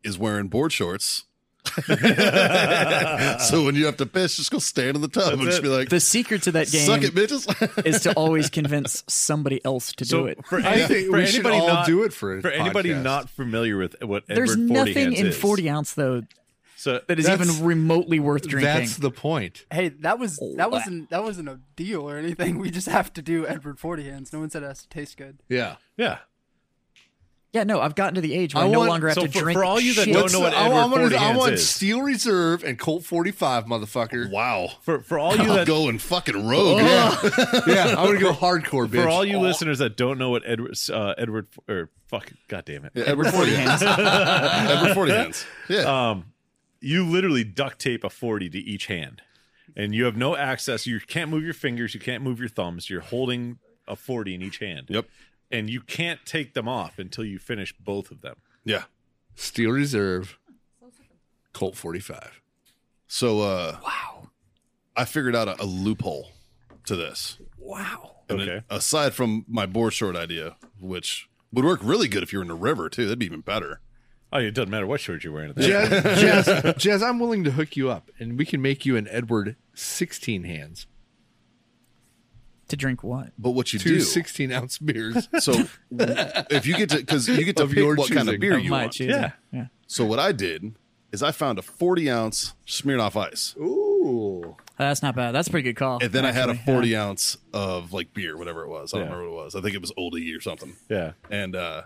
is wearing board shorts. so when you have to piss, just go stand in the tub and just be like, the secret to that game "Suck it, bitches." is to always convince somebody else to so do it. for, I any, think for we should anybody all not do it for a for anybody podcast. not familiar with what There's Edward 40 nothing Hands in is. 40 ounce though So that is That's- even remotely worth drinking. That's the point. Hey, that was Oh, that wasn't that wasn't a deal or anything. We just have to do Edward Forty Hands. No one said it has to taste good. Yeah. yeah. yeah, no, I've gotten to the age where I, I no want- longer have so to for- drink. for all you that shit. don't know what I, Edward I want, 40 I Hands want is. Steel Reserve and Colt 45, motherfucker. wow, For for all you I'm that going fucking rogue. Oh. yeah, I want to go hardcore, bitch. for all you listeners that don't know what Edward uh, Edward or fuck, god damn it. Yeah, Edward Forty Hands. Edward Forty Hands. Yeah, Uh, you literally duct tape a 40 to each hand and you have no access you can't move your fingers you can't move your thumbs you're holding a 40 in each hand Yep. and you can't take them off until you finish both of them yeah. Steel Reserve, Colt 45. So, uh, wow, I figured out a, a loophole to this. And okay a- aside from my board short idea, which would work really good if you're in the river too, that'd be even better. oh it doesn't matter what shirt you're wearing at that Jazz, Jazz, Jazz, I'm willing to hook you up, and we can make you an Edward 16 hands, to drink what? But what you two do, 16 ounce beers. so if you get to, because you get to Of pick your what kind of choosing. beer Of you my want. choosing. Yeah. yeah. So what I did is I found a 40 ounce Smirnoff Ice, Ooh, Oh, that's not bad. That's a pretty good call. and then I had a actually. 40 ounce of like beer, whatever it was. I don't Yeah. remember what it was. I think it was Oldie or something. yeah And uh,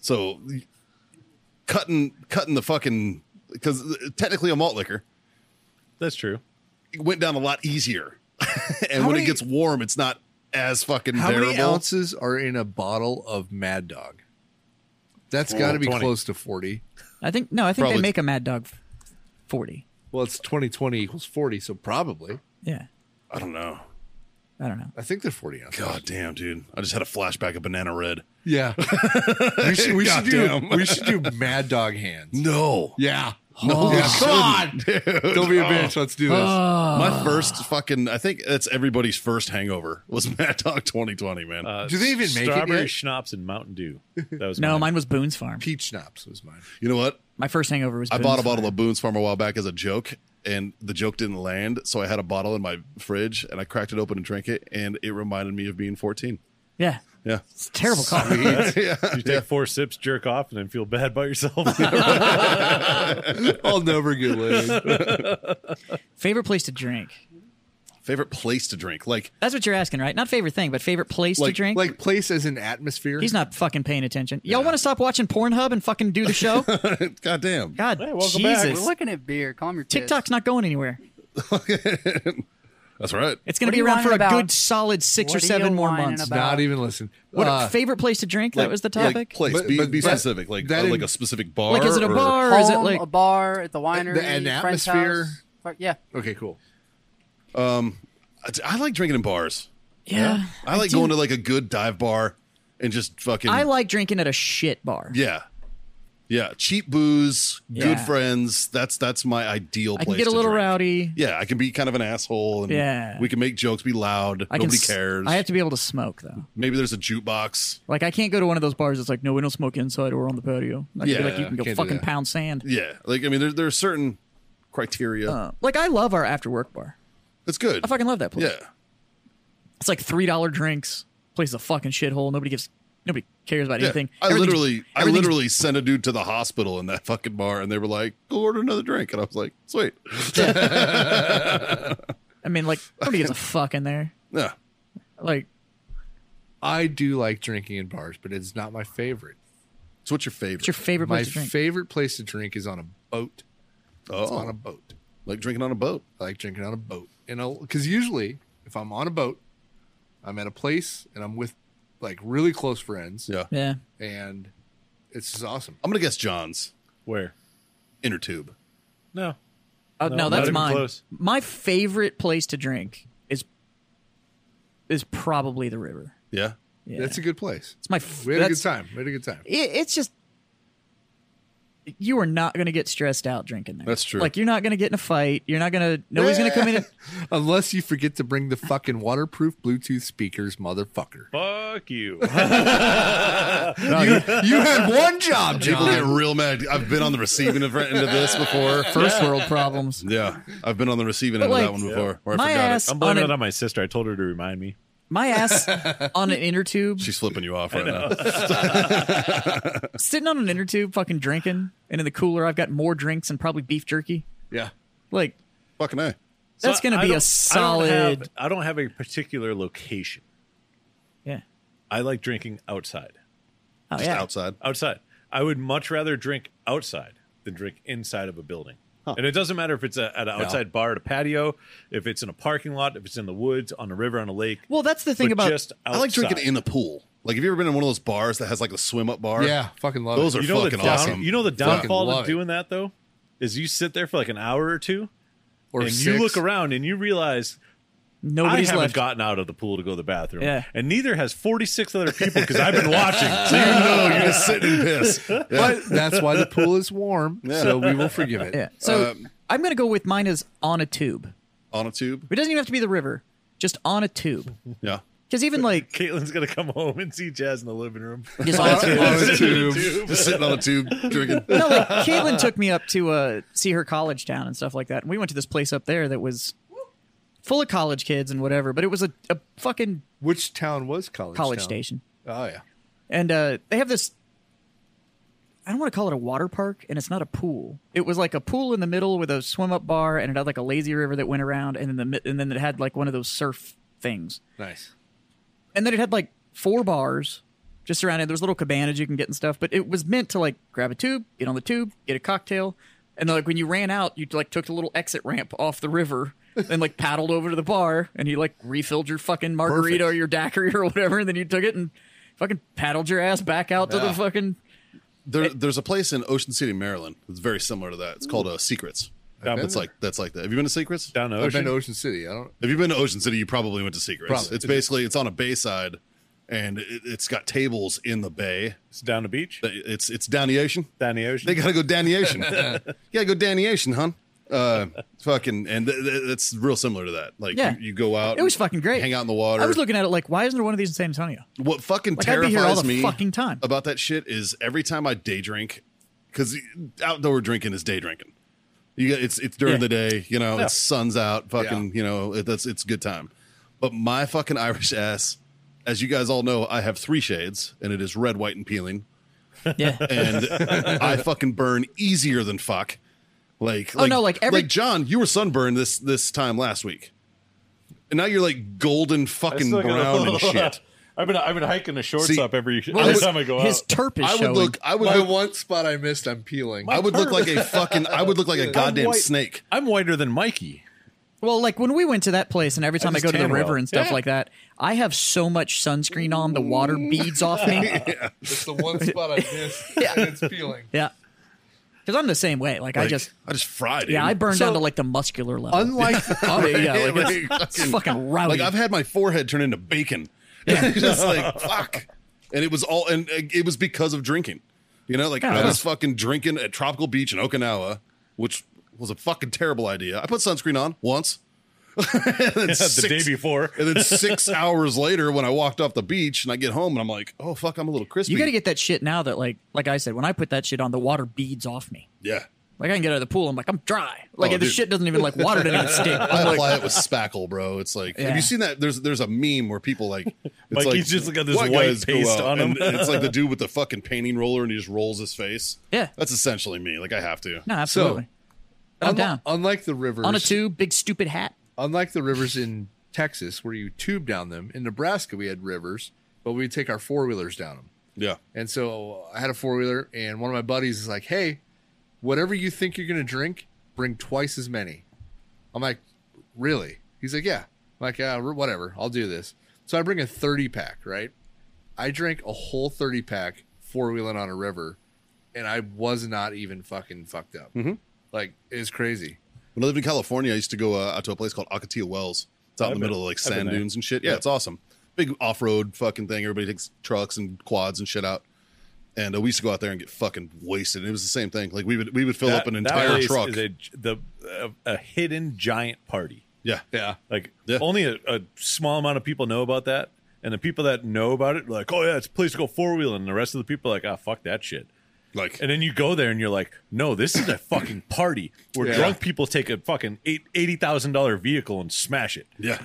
so cutting cutting the fucking because technically a malt liquor that's true it went down a lot easier. and when it many- gets warm, it's not as fucking How terrible. many ounces are in a bottle of Mad Dog? That's got to be 20. close to 40. I think no, I think Probably- they make a Mad Dog f- forty. Well, it's 2020 equals 40, so probably. Yeah, I don't know. I don't know. I think they're 40 ounces. God damn, dude! I just had a flashback of banana red. Yeah. we should, we should do, Goddamn. we should do Mad Dog hands. No, Yeah. Oh, Yeah, God. Don't be a bitch. Let's do this. my first fucking. I think that's everybody's first hangover was Mad Dog 2020, man. do they even make it Strawberry yet? schnapps and Mountain Dew. That was No, mine. mine was Boone's Farm. Peach schnapps was mine. you know what? My first hangover was. I Boone's bought a Farm. bottle of Boone's Farm a while back as a joke, and the joke didn't land. So I had a bottle in my fridge, and I cracked it open and drank it, and it reminded me of being 14. Yeah, Yeah, it's terrible coffee. yeah. You take four sips, jerk off, and then feel bad by yourself. I'll never get laid. favorite place to drink. Favorite place to drink? Like, That's what you're asking, right? Not favorite thing, but favorite place to Like- drink. Like place as an atmosphere. He's not fucking paying attention. Y'all want to stop watching Pornhub and fucking do the show? goddamn, God, Hey, welcome back. Jesus. We're looking at beer. Calm your tits. TikTok's not going anywhere. that's right. It's going to What be are you around for a whining good about? solid six or What are seven you more whining months. about? Not even listen. What Uh, favorite place to drink? that was the Like topic. place. But- be but- be but specific. Like, that uh, like in- a specific bar. Like, is it a or- bar or Home, is it like a bar at the winery? an friend's atmosphere? house. Fuck, Yeah. okay, cool. I- I like drinking in bars. yeah? I like do. going to like a good dive bar and just fucking. I like drinking at a shit bar. yeah, yeah. Cheap booze, good Yeah. friends. That's that's my ideal. I place can get a to little drink. rowdy. Yeah, I can be kind of an asshole, and Yeah. we can make jokes, be loud. I can Nobody s- cares. I have to be able to smoke though. Maybe there's a jukebox. Like I can't go to one of those bars that's like, no, we don't smoke inside or on the patio. I can Yeah, be like you can can't go do fucking that. pound sand. Yeah, like I mean, there there are certain criteria. Uh, like I love our after work bar. it's good. I fucking love that place. yeah, It's like three dollar drinks. Place is a fucking shithole. Nobody gives nobody cares about yeah. anything. I Everything's- literally, I everything's- literally sent a dude to the hospital in that fucking bar, and they were like, "Go order another drink," and I was like, "Sweet." I mean, like nobody gives a fuck in there. Yeah, Like I do like drinking in bars, but it's not my favorite. so what's your favorite? it's your favorite My place to drink. favorite place to drink is on a boat. It's oh, on a boat. like drinking on a boat. I like drinking on a boat. And because usually if I'm on a boat, I'm at a place and I'm with like really close friends. Yeah, yeah. And it's just awesome. Oh, I'm gonna guess John's Where? inner tube. No. Uh, no, not that's even mine. close. My favorite place to drink is is probably the river. Yeah, Yeah. That's a good place. it's my f- We had a that's- good time. We had a good time. it, it's just you are not going to get stressed out drinking there. That's true. Like you're not going to get in a fight. You're not going to nobody's going to come in. And, Unless you forget to bring the fucking waterproof Bluetooth speakers, motherfucker. Fuck you. you, you had one job, people get John. real mad. I've been on the receiving end of this before. first world problems. Yeah, I've been on the receiving But end like, of that one before. Or I my forgot ass it. I'm blaming it on a- on my sister. I told her to remind me. My ass on an inner tube, She's flipping you off right now. sitting on an inner tube, fucking drinking, and in the cooler I've got more drinks and probably beef jerky. Yeah. Like Fucking a. that's So going I to don't- be a I don't, solid. have, I don't have a particular location. Yeah. I like drinking outside. Oh Just yeah. outside. Outside. I would much rather drink outside than drink inside of a building. And it doesn't matter if it's a, at an outside bar at a patio, if it's in a parking lot, if it's in the woods, on a river, on a lake. Well, that's the thing but about just outside. I like drinking in the pool. Like, have you ever been in one of those bars that has like a swim up bar? Yeah. Fucking love Those it. are you know the fucking down, awesome. You know the Fucking downfall love of it. doing that though is you sit there for like an hour or two, Or and you six. look around and you realize nobody's I haven't left. gotten out of the pool to go to the bathroom, Yeah. and neither has forty six other people because I've been watching. So you no, you're just sitting in piss. Yeah. But that's why the pool is warm, so we will forgive it. yeah. So I'm going to go with mine is on a tube. on a tube. It doesn't even have to be the river, just on a tube. Yeah. Because even like Caitlin's gonna come home and see Jazz in the living room. just on a tube. On a tube. Just sitting on a tube drinking. no, like Caitlin took me up to uh, see her college town and stuff like that. And we went to this place up there that was full of college kids and whatever, but it was a, a fucking Which town was College college Town? station. Oh, yeah. And uh, they have this I don't want to call it a water park, and it's not a pool. It was like a pool in the middle with a swim up bar, and it had like a lazy river that went around, and then the mi- and then it had like one of those surf things. Nice. and then it had like four bars just surrounded. There's little cabanas you can get and stuff, but it was meant to like grab a tube, get on the tube, get a cocktail, And like when you ran out, you like took the little exit ramp off the river and like paddled over to the bar and you like refilled your fucking margarita or your daiquiri or whatever, and then you took it and fucking paddled your ass back out to the fucking There, there's a place in Ocean City, Maryland. that's very similar to that. It's called uh, Secrets. Down- That's like that's like that. Have you been to Secrets? down the I've been ocean. to Ocean City. I don't. If you've been to Ocean City, you probably went to Secrets. Probably. It's basically it's on a bayside, and it, it's got tables in the bay. It's down the beach. It's it's down the ocean. Down the ocean. They gotta go down the ocean. you gotta go down the ocean, hun. Uh, fucking, and th- th- it's real similar to that. Like Yeah. you, you go out. It was fucking great. Hang out in the water. I was looking at it like, why isn't there one of these in San Antonio? What fucking Like, I'd be terrifies here all the me fucking time. about that shit is every time I day drink, because outdoor drinking is day drinking. You got it's it's during Yeah. the day, you know, Yeah. it's sun's out, fucking, you know, it, that's it's good time. But my fucking Irish ass, as you guys all know, I have three shades, and it is red, white, and peeling, Yeah. and I fucking burn easier than fuck. Like, like Oh, no, like every- like John, you were sunburned this this time last week, and now you're like golden fucking still got a brown and little- shit. I've been I've been hiking the shorts See, up every Well, every his- time I go his out. turp is I would showing. look. I would My look one spot I missed, I'm peeling. I would look like a fucking. I would look like a goddamn white. snake. I'm whiter than Mikey. Well, like when we went to that place, and every time I, just go to the tan river well. and stuff Yeah. like that, I have so much sunscreen on, the water beads off me. It's the one spot I missed, and it's peeling. Yeah. Because I'm the same way. Like, I Like, just, I just fried. yeah, I burn. burn down So- to like the muscular level. Oh, Unlike yeah, like, it's, like, it's fucking rowdy. like I've had my forehead turn into bacon. just like fuck, and it was all, and uh, it was because of drinking. You know, like I Yeah. was fucking drinking at Tropical Beach in Okinawa, which was a fucking terrible idea. I put sunscreen on once. and then the day before. and then six hours later, when I walked off the beach and I get home and I'm like, oh fuck, I'm a little crispy. you got to get that shit now that, like, like I said, when I put that shit on, the water beads off me. yeah. Like, I can get out of the pool. I'm like, I'm dry. Like, Oh, if the dude. shit doesn't even, like, water doesn't even stick. I I'm like, apply it with spackle, bro. It's like have Yeah. you seen that? There's there's a meme where people like it's Mikey's just got this white guys go paste out," on him. and it's like the dude with the fucking painting roller, and he just rolls his face. Yeah. that's essentially me. Like I have to. no, absolutely. I'm unli- down. Unlike the rivers, On a tube, big stupid hat. unlike the rivers in Texas where you tube down them, in Nebraska we had rivers, but we'd take our four wheelers down them. Yeah, And so I had a four wheeler, and one of my buddies is like, "Hey, whatever you think you're gonna drink, bring twice as many." I'm like, "Really?" He's like, "Yeah." I'm like, "Yeah, wh- whatever. I'll do this." So I bring a 30 pack, right? I drank a whole 30 pack four wheeling on a river, and I was not even fucking fucked up. Mm-hmm. Like it's crazy. when I lived in California, I used to go uh, out to a place called Akatia Wells. It's out in the been- middle of like I've been sand there. dunes and shit. Yeah, it's awesome. Big off road fucking thing. Everybody takes trucks and quads and shit out. And uh, we used to go out there and get fucking wasted. And it was the same thing. Like we would we would fill up an entire place truck. Is a, the a, a hidden giant party. yeah, Yeah. Like Yeah. only a, a small amount of people know about that, and the people that know about it, are like, oh yeah, it's a place to go four wheeling, and the rest of the people are like, ah, fuck that shit. like And then you go there and you're like, no, this is a fucking party where Yeah. drunk people take a fucking eight, $80,000 vehicle and smash it. yeah.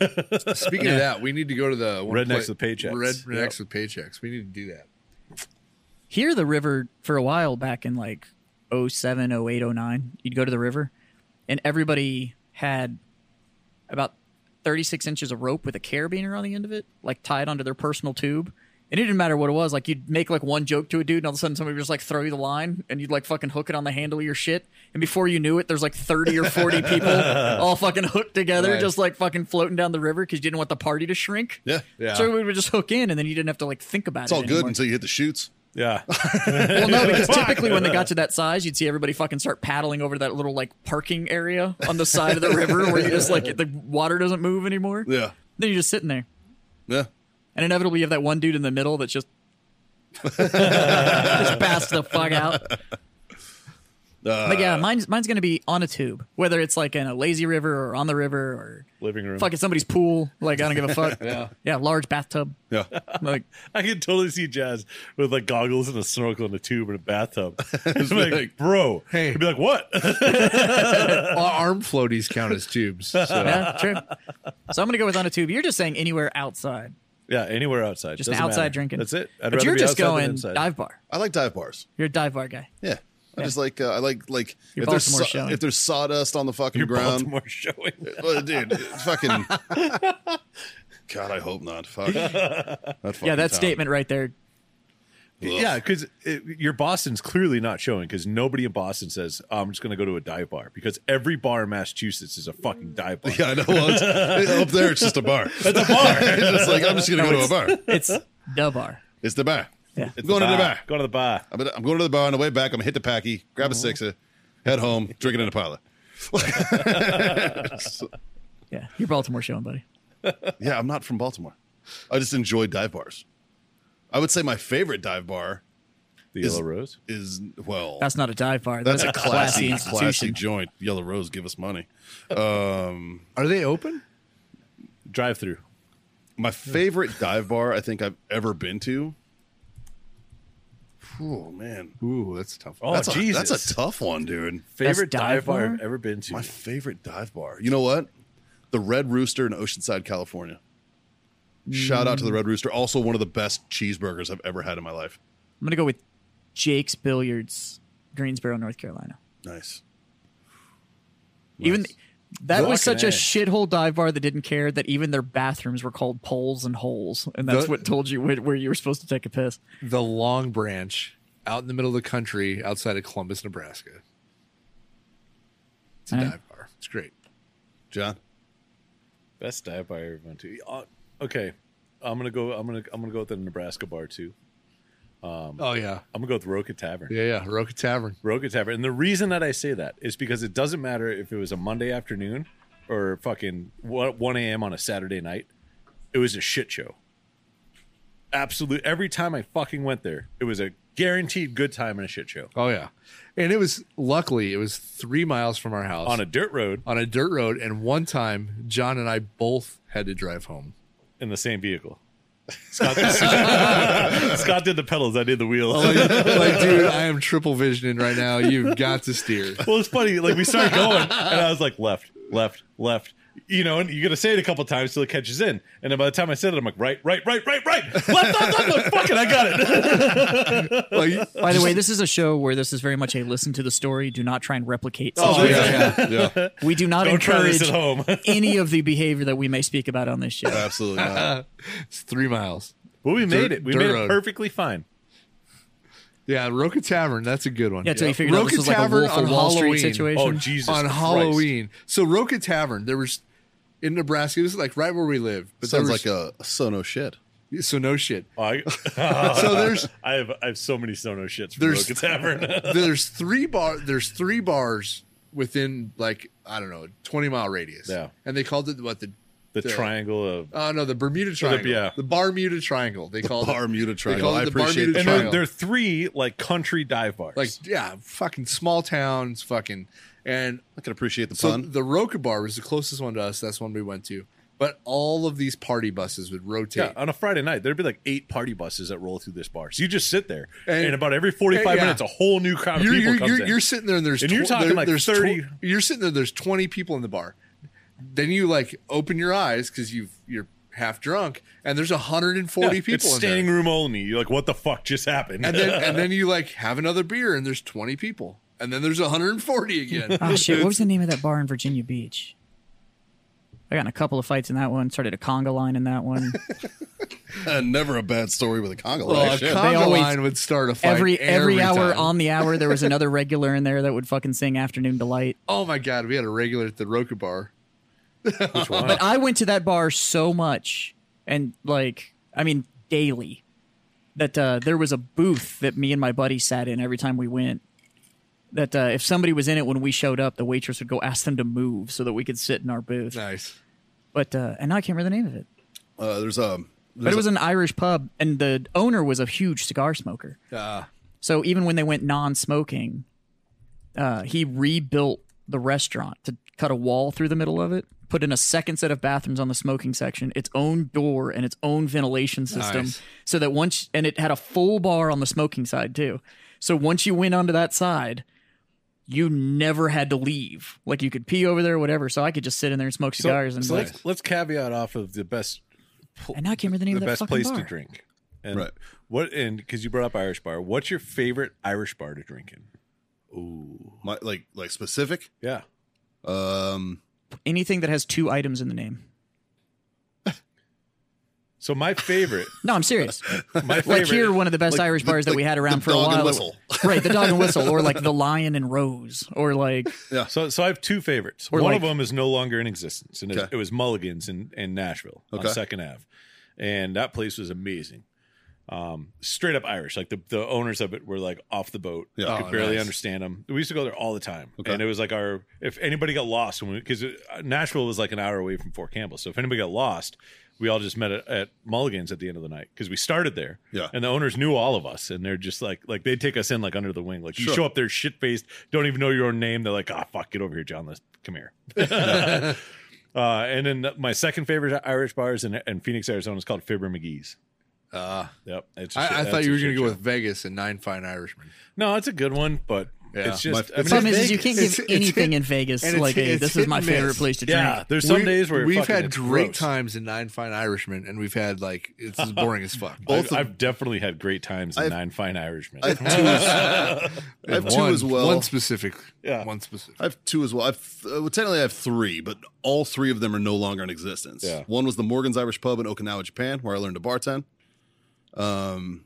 Speaking of that, we need to go to the one Rednecks pla- with paychecks. Red, Yep. rednecks with paychecks. We need to do that. here the river for a while back in like 07 08 09 you'd go to the river and everybody had about 36 inches of rope with a carabiner on the end of it like tied onto their personal tube and it didn't matter what it was like you'd make like one joke to a dude and all of a sudden somebody would just like throw you the line and you'd like fucking hook it on the handle of your shit and before you knew it there's like 30 or 40 people all fucking hooked together Right. just like fucking floating down the river because you didn't want the party to shrink Yeah. Yeah. so we would just hook in and then you didn't have to like think about It's it all good anymore. until you hit the chutes. Yeah. Well, no, because typically when they got to that size, you'd see everybody fucking start paddling over that little like parking area on the side of the river where you just like the water doesn't move anymore. Yeah. Then you're just sitting there, Yeah. and inevitably you have that one dude in the middle that's just just passed the fuck out. Uh, but yeah, mine's mine's gonna be on a tube, whether it's like in a lazy river or on the river or Living room. fucking somebody's pool. Like I don't give a fuck. yeah, yeah, large bathtub. Yeah. Like I can totally see Jazz with like goggles and a snorkel and a tube and a bathtub. It's like, bro. Hey. He'd be like, what? Our arm floaties count as tubes. So. yeah, true. So I'm gonna go with on a tube. You're just saying anywhere outside. yeah, anywhere outside. just Doesn't outside matter. drinking. That's it. I'd but rather you're be just outside than going inside. dive bar. I like dive bars. You're a dive bar guy. Yeah. I just like uh, I like like Your if there's Baltimore so- showing. if there's sawdust on the fucking Your ground. Baltimore showing. Well, dude, it's fucking God, I hope not. Fuck. That fucking yeah, that town. statement right there Yeah, because your Boston's clearly not showing because nobody in Boston says, "Oh, I'm just going to go to a dive bar because every bar in Massachusetts is a fucking dive bar. Yeah, I know. Well, it's- up there, it's just a bar. It's It's a bar. just like I'm just gonna go to a bar. It's the bar. It's the bar. Yeah. I'm going to the bar. Go to the bar. I'm, gonna, I'm going to the bar on the way back. I'm gonna hit the packy, grab a Oh. sixer, head home, drink it in a parlor. Yeah, your Baltimore showing, buddy. Yeah, I'm not from Baltimore. I just enjoy dive bars. I would say my favorite dive bar The Is- Yellow Rose. is well, That's not a dive bar. that's That's, a classy, classy institution. joint. Yellow Rose, give us money. Um, Are they open? Drive through. My favorite dive bar I think I've ever been to. Oh man, Ooh, that's a tough. Oh, that's a, Jesus. that's a tough one, dude. favorite dive dive bar bar? I've ever been to. My favorite dive bar. You know what? The Red Rooster in Oceanside, California. Shout out to the Red Rooster. Also, one of the best cheeseburgers I've ever had in my life. I'm gonna go with Jake's Billiards, Greensboro, North Carolina. Nice. Even that was Fucking such a A. shithole dive bar that didn't care that even their bathrooms were called poles and holes, and that's The- what told you where, where you were supposed to take a piss. The Long Branch, out in the middle of the country, outside of Columbus, Nebraska. It's a All right. dive bar. It's great. John. Best dive bar I ever went to. Uh, okay, I'm gonna go. I'm gonna. I'm gonna go with the Nebraska bar too. Um, Oh yeah, I'm gonna go with Roca Tavern. yeah, yeah. Roca Tavern. Roca Tavern. And the reason that I say that is because it doesn't matter if it was a Monday afternoon or fucking wa- 1 a.m. on a Saturday night. It was a shit show. Absolute. Every time I fucking went there, it was a guaranteed good time and a shit show. Oh yeah, and it was luckily it was three miles from our house On a dirt road on a dirt road. And one time, John and I both had to drive home. in the same vehicle. Scott, Scott did the pedals. I did the wheels. like, dude, I am triple visioning right now. You've got to steer. Well, it's funny. Like we started going, and I was like, left, left, left. You know, and you're gonna say it a couple times till it catches in. And then by the time I said it, I'm like, right, right, right, right, right, left, left, left, left. Fuck it, I got it. Like, By the way, this is a show where this is very much a listen to the story, do not try and replicate. Oh, situation. yeah, yeah. We do not Don't try encourage this at home. Uh, any of the behavior that we may speak about on this show. Absolutely not. it's three miles. Well, we made Dirt- it. We dirt made it road. perfectly fine. Yeah, Roca Tavern. That's a good one. Yeah, until you figured out Roca this was like a Tavern Wolf of on Wall Halloween. Street situation. Oh Jesus! on Christ. Halloween. So Roca Tavern, there was in Nebraska. It was like right where we live. It But sounds there like was, a Sono shit. like a so no shit. I, So there's I have I have so many Sono shits from There's- Roca Tavern. there's three bar there's three bars within like I don't know a 20 mile radius. Yeah. and they called it what the the the- triangle of Oh no, the Bermuda Triangle. yeah. the Bermuda Triangle. They called it. Bermuda Triangle. call it I the appreciate Bermuda the and there, triangle. there are three like country dive bars. like yeah, fucking small towns, fucking and I can appreciate the so pun. the Roca Bar was the closest one to us. That's one we went to. But all of these party buses would rotate. yeah, on a Friday night, there'd be like eight party buses that roll through this bar. So you just sit there, And- and, about every forty-five Yeah. minutes, a whole new crowd you're of people you're, comes you're, in. you're sitting there and there's And you're tw- talking like there's 30 you're sitting there. There's 20 people in the bar. Then you like open your eyes because you you're half drunk and there's 140 Yeah, people It's in there. standing room only. You're like, what the fuck just happened? and then and then you like have another beer and there's 20 people and then there's 140 again. Oh shit! What was the name of that bar in Virginia Beach? I got in a couple of fights in that one. Started a conga line in that one. Uh, never a bad story with a conga well, a line. Shit. conga always- line would start a fight every every hour time. on the hour, there was another regular in there that would fucking sing "Afternoon Delight." Oh my god, we had a regular at the Roku bar. Which one? But I went to that bar so much, and like, I mean, daily, that uh, there was a booth that me and my buddy sat in every time we went. That uh, if somebody was in it when we showed up, the waitress would go ask them to move so that we could sit in our booth. Nice. But uh, and now I can't remember the name of it. Uh, there's um, But it was an Irish pub, and the owner was a huge cigar smoker. Ah. So even when they went non-smoking, uh, he rebuilt the restaurant to cut a wall through the middle of it, put in a second set of bathrooms on the smoking section, its own door and its own ventilation system, Nice. so that once and it had a full bar on the smoking side too. So once you went onto that side. You never had to leave. Like you could pee over there, or whatever. So I could just sit in there and smoke cigars, and, so like, let's, let's caveat off of the best and now I can't remember the name the of that best fucking place bar. to drink. And Right. what and because you brought up Irish bar, what's your favorite Irish bar to drink in? my, like like specific. Yeah. Um, Anything that has two items in the name. So my favorite, No, I'm serious. my like favorite, here, one of the best like Irish the- bars that we like had around the for a dog and while. whistle. Right, the dog and whistle, or like the lion and rose, or like So, so I have two favorites. Or One like- of them is no longer in existence, and it- Okay. it was Mulligan's in, in Nashville Okay. on Second Ave, and that place was amazing. Um, straight up Irish, like the, the owners of it were like off the boat. Yeah. I could Oh, barely nice. understand them. We used to go there all the time, Okay. and it was like our if anybody got lost because uh, Nashville was like an hour away from Fort Campbell, so if anybody got lost, we all just met at, at Mulligan's at the end of the night because we started there. Yeah. and the owners knew all of us, and they're just like like they take us in like under the wing. Like you Sure. show up there shit faced, don't even know your own name. They're like, ah, fuck, get over here, John. Let's come here. uh, and then my second favorite Irish bar is in, in Phoenix, Arizona. It's called Fibber McGee's. Uh, Yep, it's a shit- I, I thought that's you a were going shit to go show. with Vegas and Nine Fine Irishmen. No, it's a good one, but Yeah. it's just. My- I it's mean, problem is, is you Vegas. can't It's- give it's anything hit- in Vegas. and it's like, hit- hey, it's this hit is my and favorite miss. place to drink. yeah, there's some We- days where we've fucking, had it's great gross. times in Nine Fine Irishmen, and we've had like it's as boring as fuck. Both I've, of- I've definitely had great times in I've- Nine Fine Irishmen. I have two as, I have And two one- as well. One specific. Yeah. One specific. I have two as well. I've uh, well, technically I have three, but all three of them are no longer in existence. Yeah. One was the Morgan's Irish Pub in Okinawa, Japan, where I learned to bartend. Um,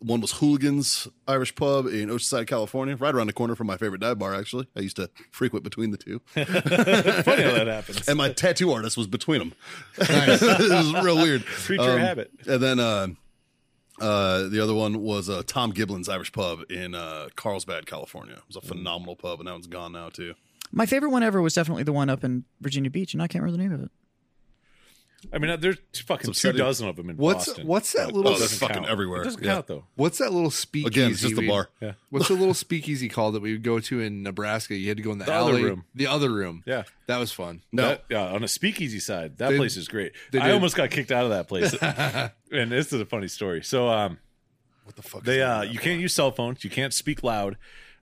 one was Hooligan's Irish Pub in Oceanside, California, right around the corner from my favorite dive bar. Actually, I used to frequent between the two, Funny how that happens. and my tattoo artist was between them. it was real weird. Creature Um, habit. And then uh, uh, the other one was uh, Tom Giblin's Irish Pub in uh, Carlsbad, California. It was a Mm. phenomenal pub, and that one's gone now too. My favorite one ever was definitely the one up in Virginia Beach, and I can't remember the name of it. I mean, there's fucking two upsetting. dozen of them in What's- Boston. what's that But little- it doesn't It's fucking count. everywhere. It doesn't Yeah. count though. What's that little speakeasy? Again, it's just a we- bar. Yeah. What's the little speakeasy called that we would go to in Nebraska? You had to go in the, The other alley. room. The other room. Yeah. That was fun. No, That- yeah, on a speakeasy side, that They- place is great. they I did. almost got kicked out of that place, and this is a funny story. So, um, what the fuck? is they that? uh, you can't use cell phones, you can't speak loud.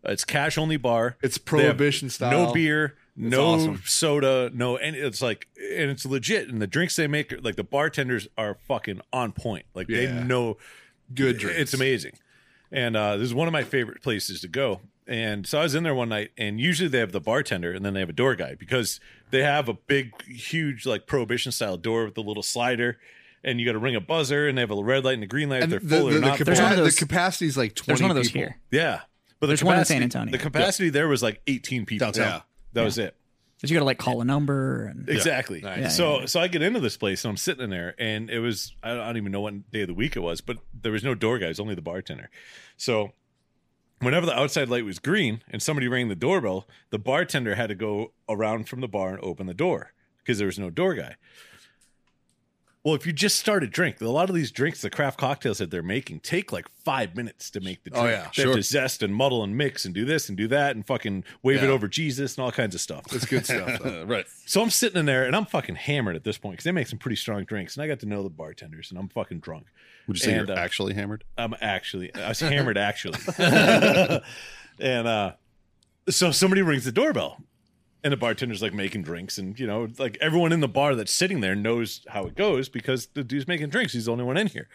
Uh, It's cash only bar. It's They have prohibition style. No beer, no awesome. soda, no. And it's like, and it's legit. And the drinks they make, like the bartenders are fucking on point. Like Yeah. they know Good drinks. it's amazing. And uh, this is one of my favorite places to go. And so I was in there one night, and usually they have the bartender and then they have a door guy because they have a big, huge, like prohibition style door with a little slider, and you got to ring a buzzer, and they have a red light and a green light if And the, they're the, full or the not. capa- full. There's one of the those- capacity is like 20 There's one of those people. here. Yeah, but There's the one in capacity- San Antonio. The capacity there was like 18 people Downtown. Yeah. That was it. But you got to like call a number and Exactly. Yeah, so so I get into this place and I'm sitting in there and it was I don't, I don't even know what day of the week it was, but there was no door guy, it was only the bartender. So whenever the outside light was green and somebody rang the doorbell, the bartender had to go around from the bar and open the door because there was no door guy. Well, if you just start a drink, a lot of these drinks, the craft cocktails that they're making, take like five minutes to make the Oh, drink. yeah, they sure. have to zest and muddle and mix and do this and do that and fucking wave it Yeah. over Jesus and all kinds of stuff. It's good stuff. though. Uh, right. So I'm sitting in there and I'm fucking hammered at this point because they make some pretty strong drinks. And I got to know the bartenders and I'm fucking drunk. Would you say And, you're uh, actually hammered? I'm actually, I was hammered actually. and uh, so somebody rings the doorbell and the bartender's like making drinks. And, you know, like everyone in the bar that's sitting there knows how it goes because the dude's making drinks. He's the only one in here.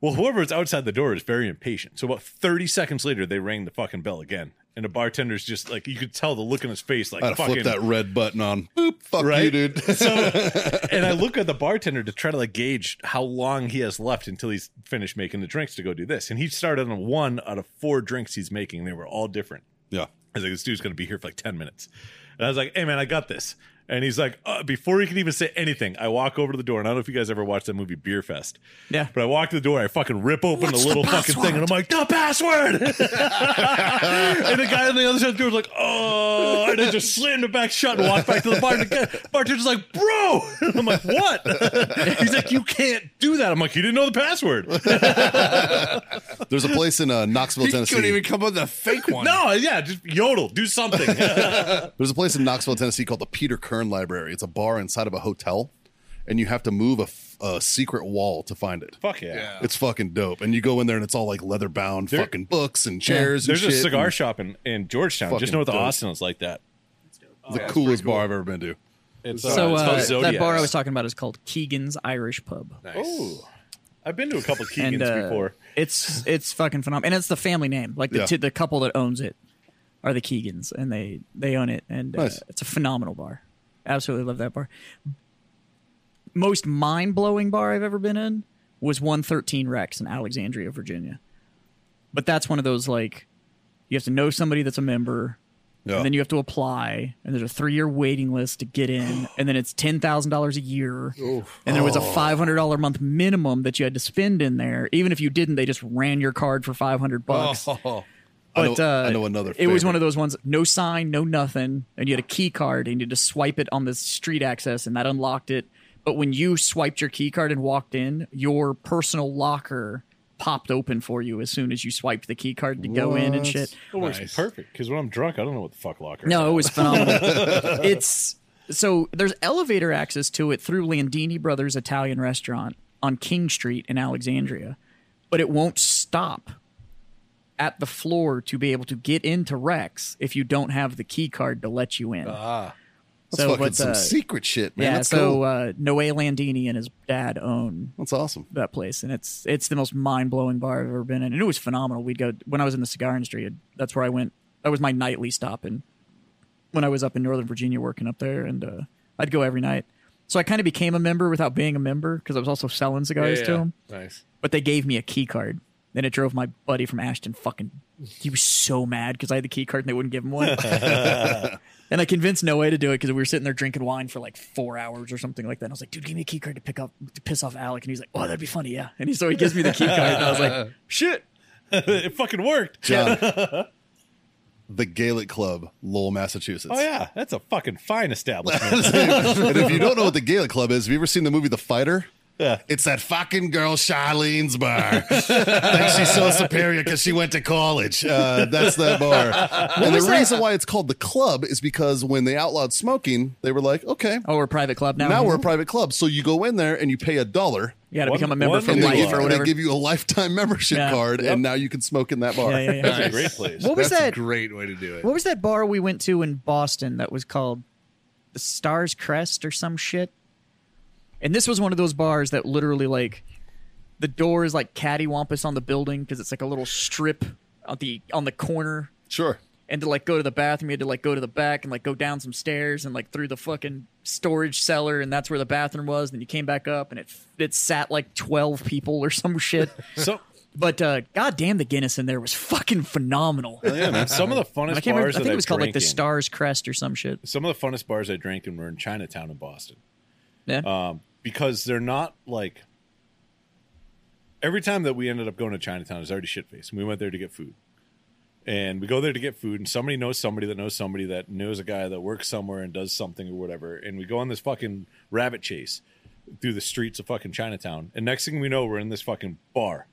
Well, whoever's outside the door is very impatient. So about 30 seconds later, they rang the fucking bell again. And the bartender's just like, you could tell the look in his face, like, I'd have fucking, flipped that red button on. Boop. Fuck you, Right? dude. and I look at the bartender to try to like gauge how long he has left until he's finished making the drinks to go do this. And he started on one out of four drinks he's making. They were all different. yeah. I was like, this dude's going to be here for like 10 minutes. And I was like, hey, man, I got this. And he's like, uh, before he can even say anything, I walk over to the door. And I don't know if you guys ever watched that movie Beer Fest. Yeah. But I walk to the door, I fucking rip open the little fucking thing, and I'm like, the password. and the guy on the other side of the door was like, oh. And I just slammed it back shut and walked back to the bar. And the guy- bartender's like, bro. And I'm like, what? he's like, you can't do that. I'm like, you didn't know the password. There's a place in uh, Knoxville, He couldn't Tennessee. even come up with a fake one. no, yeah, just yodel, do something. There's a place in Knoxville, Tennessee called the Peter Kern Library. It's a bar inside of a hotel, and you have to move a, f- a secret wall to find it. Fuck yeah. Yeah. It's fucking dope. And you go in there, and it's all like leather bound There- fucking books and chairs. There's and a shit, cigar and shop in, in Georgetown, Fucking just north of dope. Austin. It's like that. The coolest bar I've ever been to. It's, So it's called uh, that Zodiac. bar I was talking about is called Keegan's Irish Pub. Oh, I've been to a couple of Keegans and uh, before. it's it's fucking phenomenal, and it's the family name. Like the Yeah. two the couple that owns it are the Keegans, and they they own it, and uh, Nice. it's a phenomenal bar. Absolutely love that bar. most mind blowing bar I've ever been in was 113 Rex in Alexandria, Virginia. But that's one of those like you have to know somebody that's a member, Yeah. and then you have to apply, and there's a three year waiting list to get in, and then it's ten thousand dollars a year, and there was a five hundred dollar month minimum that you had to spend in there. Even if you didn't, they just ran your card for five hundred bucks. I But know- uh, I know another It was favorite. one of those ones, no sign, no nothing, and you had a key card, and you had to swipe it on the street access, and that unlocked it. But when you swiped your key card and walked in, your personal locker popped open for you as soon as you swiped the key card to go in and shit. It works perfect because when I'm drunk, I don't know what the fuck locker. No, it was phenomenal. it's so there's elevator access to it through Landini Brothers Italian restaurant on King Street in Alexandria, but it won't stop at the floor to be able to get into Rex if you don't have the key card to let you in. Ah. That's So, fucking but, some uh, secret shit, man. yeah, That's so cool. uh, Noe Landini and his dad own That's awesome. that place, and it's it's the most mind blowing bar I've ever been in, and it was phenomenal. We'd go when I was in the cigar industry. That's where I went. That was my nightly stop, and when I was up in Northern Virginia working up there, and uh, I'd go every night. So I kind of became a member without being a member because I was also selling cigars to them. Nice. But they gave me a key card, and it drove my buddy from Ashton fucking. He was so mad because I had the key card and they wouldn't give him one. and I convinced Noe to do it because we were sitting there drinking wine for like four hours or something like that. And I was like, "Dude, give me a key card to pick up to piss off Alec." And he's like, "Oh, that'd be funny, yeah." And he, so he gives me the key card, and I was like, Shit, it fucking worked. John, the Gaelic Club, Lowell, Massachusetts. Oh yeah, that's a fucking fine establishment. and if you don't know what the Gaelic Club is, have you ever seen the movie The Fighter? Yeah. It's that fucking girl Charlene's bar. Thinks she's so superior because she went to college. Uh, that's that bar. and the reason why it's called the club is because when they outlawed smoking, they were like, okay, "Oh, we're a private club now." now we're a private club. So you go in there and you pay a dollar. you got to One- become a member one for in And the they, life give, club. or and they whatever. give you a lifetime membership Yeah. card, and now you can smoke in that bar. yeah, yeah, yeah. That's a great place. What was That's that? a great way to do it. What was that bar we went to in Boston that was called the Star's Crest or some shit? And this was one of those bars that literally like the door is like cattywampus on the building because it's like a little strip on the on the corner. Sure. And to like go to the bathroom, you had to like go to the back and like go down some stairs and like through the fucking storage cellar, and that's where the bathroom was. And you came back up, and it it sat like twelve people or some shit. So, but uh, goddamn, the Guinness in there was fucking phenomenal. some of the funnest I can't remember. bars I think that it was called like the drank in- Star's Crest or some shit. Some of the funnest bars I drank in were in Chinatown in Boston. Yeah. um, because they're not like every time that we ended up going to Chinatown, it was already shit faced. And we went there to get food, and we go there to get food, and somebody knows somebody that knows somebody that knows a guy that works somewhere and does something or whatever, and we go on this fucking rabbit chase through the streets of fucking Chinatown, and next thing we know, we're in this fucking bar,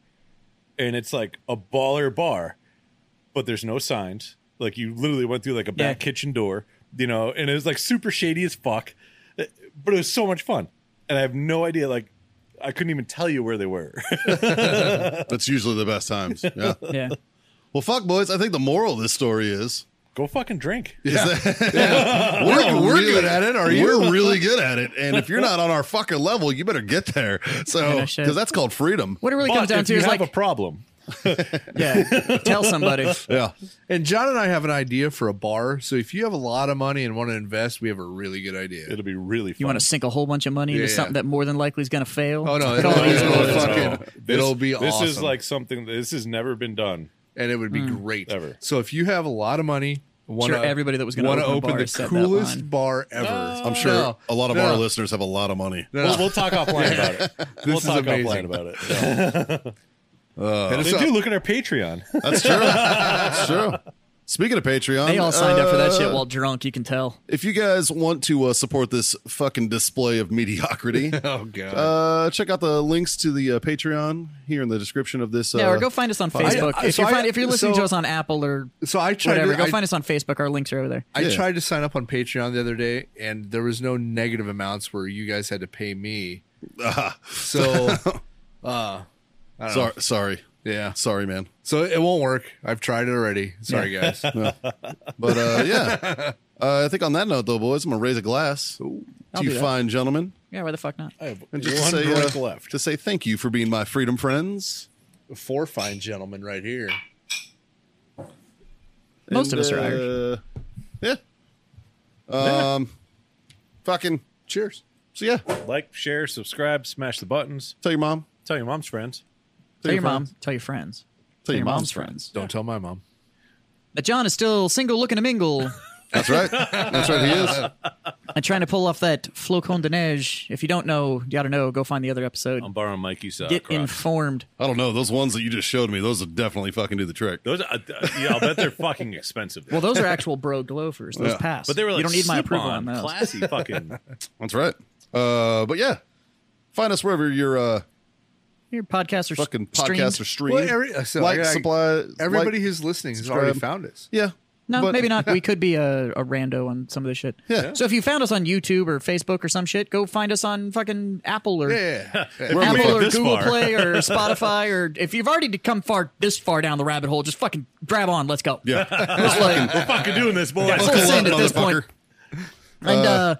and it's like a baller bar, but there's no signs. Like you literally went through like a back Yeah. kitchen door, you know, and it was like super shady as fuck eh, but it was so much fun and i have no idea like i couldn't even tell you where they were That's usually the best times. Yeah. yeah. Well, fuck, boys. I think the moral of this story is go fucking drink We're, we're really- good at it. Are you? we're We're really good at it. And if you're not on our fucking level, you better get there. So, no shit. because that's called freedom. What it really but comes down if to you is have like, a problem yeah, tell somebody. Yeah. And John and I have an idea for a bar. So if you have a lot of money and want to invest, we have a really good idea. it'll be really fun You want to sink a whole bunch of money into Yeah, yeah. something that more than likely is going to fail? oh no, Call it'll, it easy. it'll No, fucking- this, it'll be this awesome. is like something this has never been done and it would be Hmm. great. ever. So if you have a lot of money, want Sure, everybody that was gonna open a bar the said that line. coolest bar ever. Uh, I'm sure a lot of our listeners have a lot of money. No, we'll, we'll talk offline about it we'll is talk amazing. offline about it Yeah. hit they us up. do look at our patreon That's true. That's true. Speaking of Patreon, They all signed up for that uh, shit while drunk. You can tell. If you guys want to uh, support this fucking display of mediocrity, Oh god. uh, check out the links to the uh, Patreon here in the description of this. Uh, yeah, or go find us on Facebook. I- if, so you're I- find, if you're listening so- to us on Apple or so I tried. whatever, to, go I, find us on Facebook. Our links are over there. I Yeah. tried to sign up on Patreon the other day, and there was no negative amounts where you guys had to pay me. So, Sorry, sorry, yeah. sorry, man. So it won't work. I've tried it already. Sorry, guys. But uh, yeah, uh, I think on that note, though, boys, I'm gonna raise a glass to do you that. fine gentlemen. Yeah, why the fuck not? i have And just one to say, drink uh, left to say thank you for being my freedom friends. Four fine gentlemen right here. Most And, of us are Irish. uh, Yeah. Um, fucking Cheers. So yeah, Like, share, subscribe, smash the buttons. tell your mom. Tell your mom's friends. Tell your mom. friends. Tell your friends. Tell your mom's friends. Don't tell my mom. That John is still single, looking to mingle, That's right. That's right. He is. and trying to pull off that flocon de neige. If you don't know, you ought to know. Go find the other episode. I'm borrowing Mikey's uh, Get Crocs. informed. I don't know. Those ones that you just showed me, those will definitely fucking do the trick. Those, are, uh, yeah, I'll bet they're fucking expensive. Well, those are actual bro loafers. Those Yeah. pass. but they were like, you don't need my approval on, slip-on, those. Classy fucking. That's right. Uh, but yeah, find us wherever your uh, Your podcasts are fucking streamed. podcasts are streamed. Well, every- uh, so, like, yeah, supply. Everybody like- who's listening has subscribe. already found us. Yeah. No, but- maybe not. We could be a, a rando on some of this shit. Yeah. So if you found us on YouTube or Facebook or some shit, go find us on fucking Apple or Yeah. We're Apple made it or this Google far. Play or Spotify or if you've already come far this far down the rabbit hole, just fucking grab on. Let's go. Yeah. It's like, We're fucking doing this, boys. full Buckle send up, at this point. motherfucker. And uh,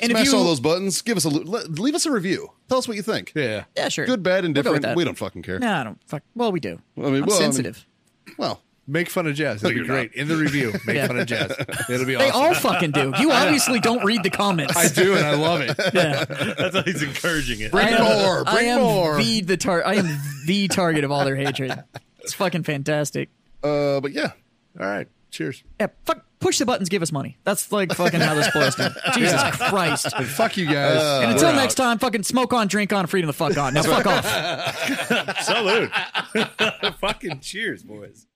and if Smash you all those buttons. Give us a le- leave us a review. Tell us what you think. Yeah. yeah sure Good, bad, We'll go with indifferent. that. we don't fucking care. No, I don't fuck. Well, we do. I mean, well, I'm I mean- sensitive. Well, Make fun of jazz. It'll be you're not. great. In the review, make Yeah. fun of jazz. It'll be they awesome. all fucking do. You obviously don't read the comments. I do, and I love it. yeah. That's how he's encouraging it. I am- more, I bring am more. The, the tar- I am the target of all their hatred. It's fucking fantastic. uh, but yeah, All right. Cheers. Yeah, fuck, push the buttons, give us money. That's like fucking how this boils down. Jesus Christ. And fuck you guys. And until next time, fucking smoke on, drink on, freedom the fuck on. Now fuck off. Salute. fucking cheers, boys.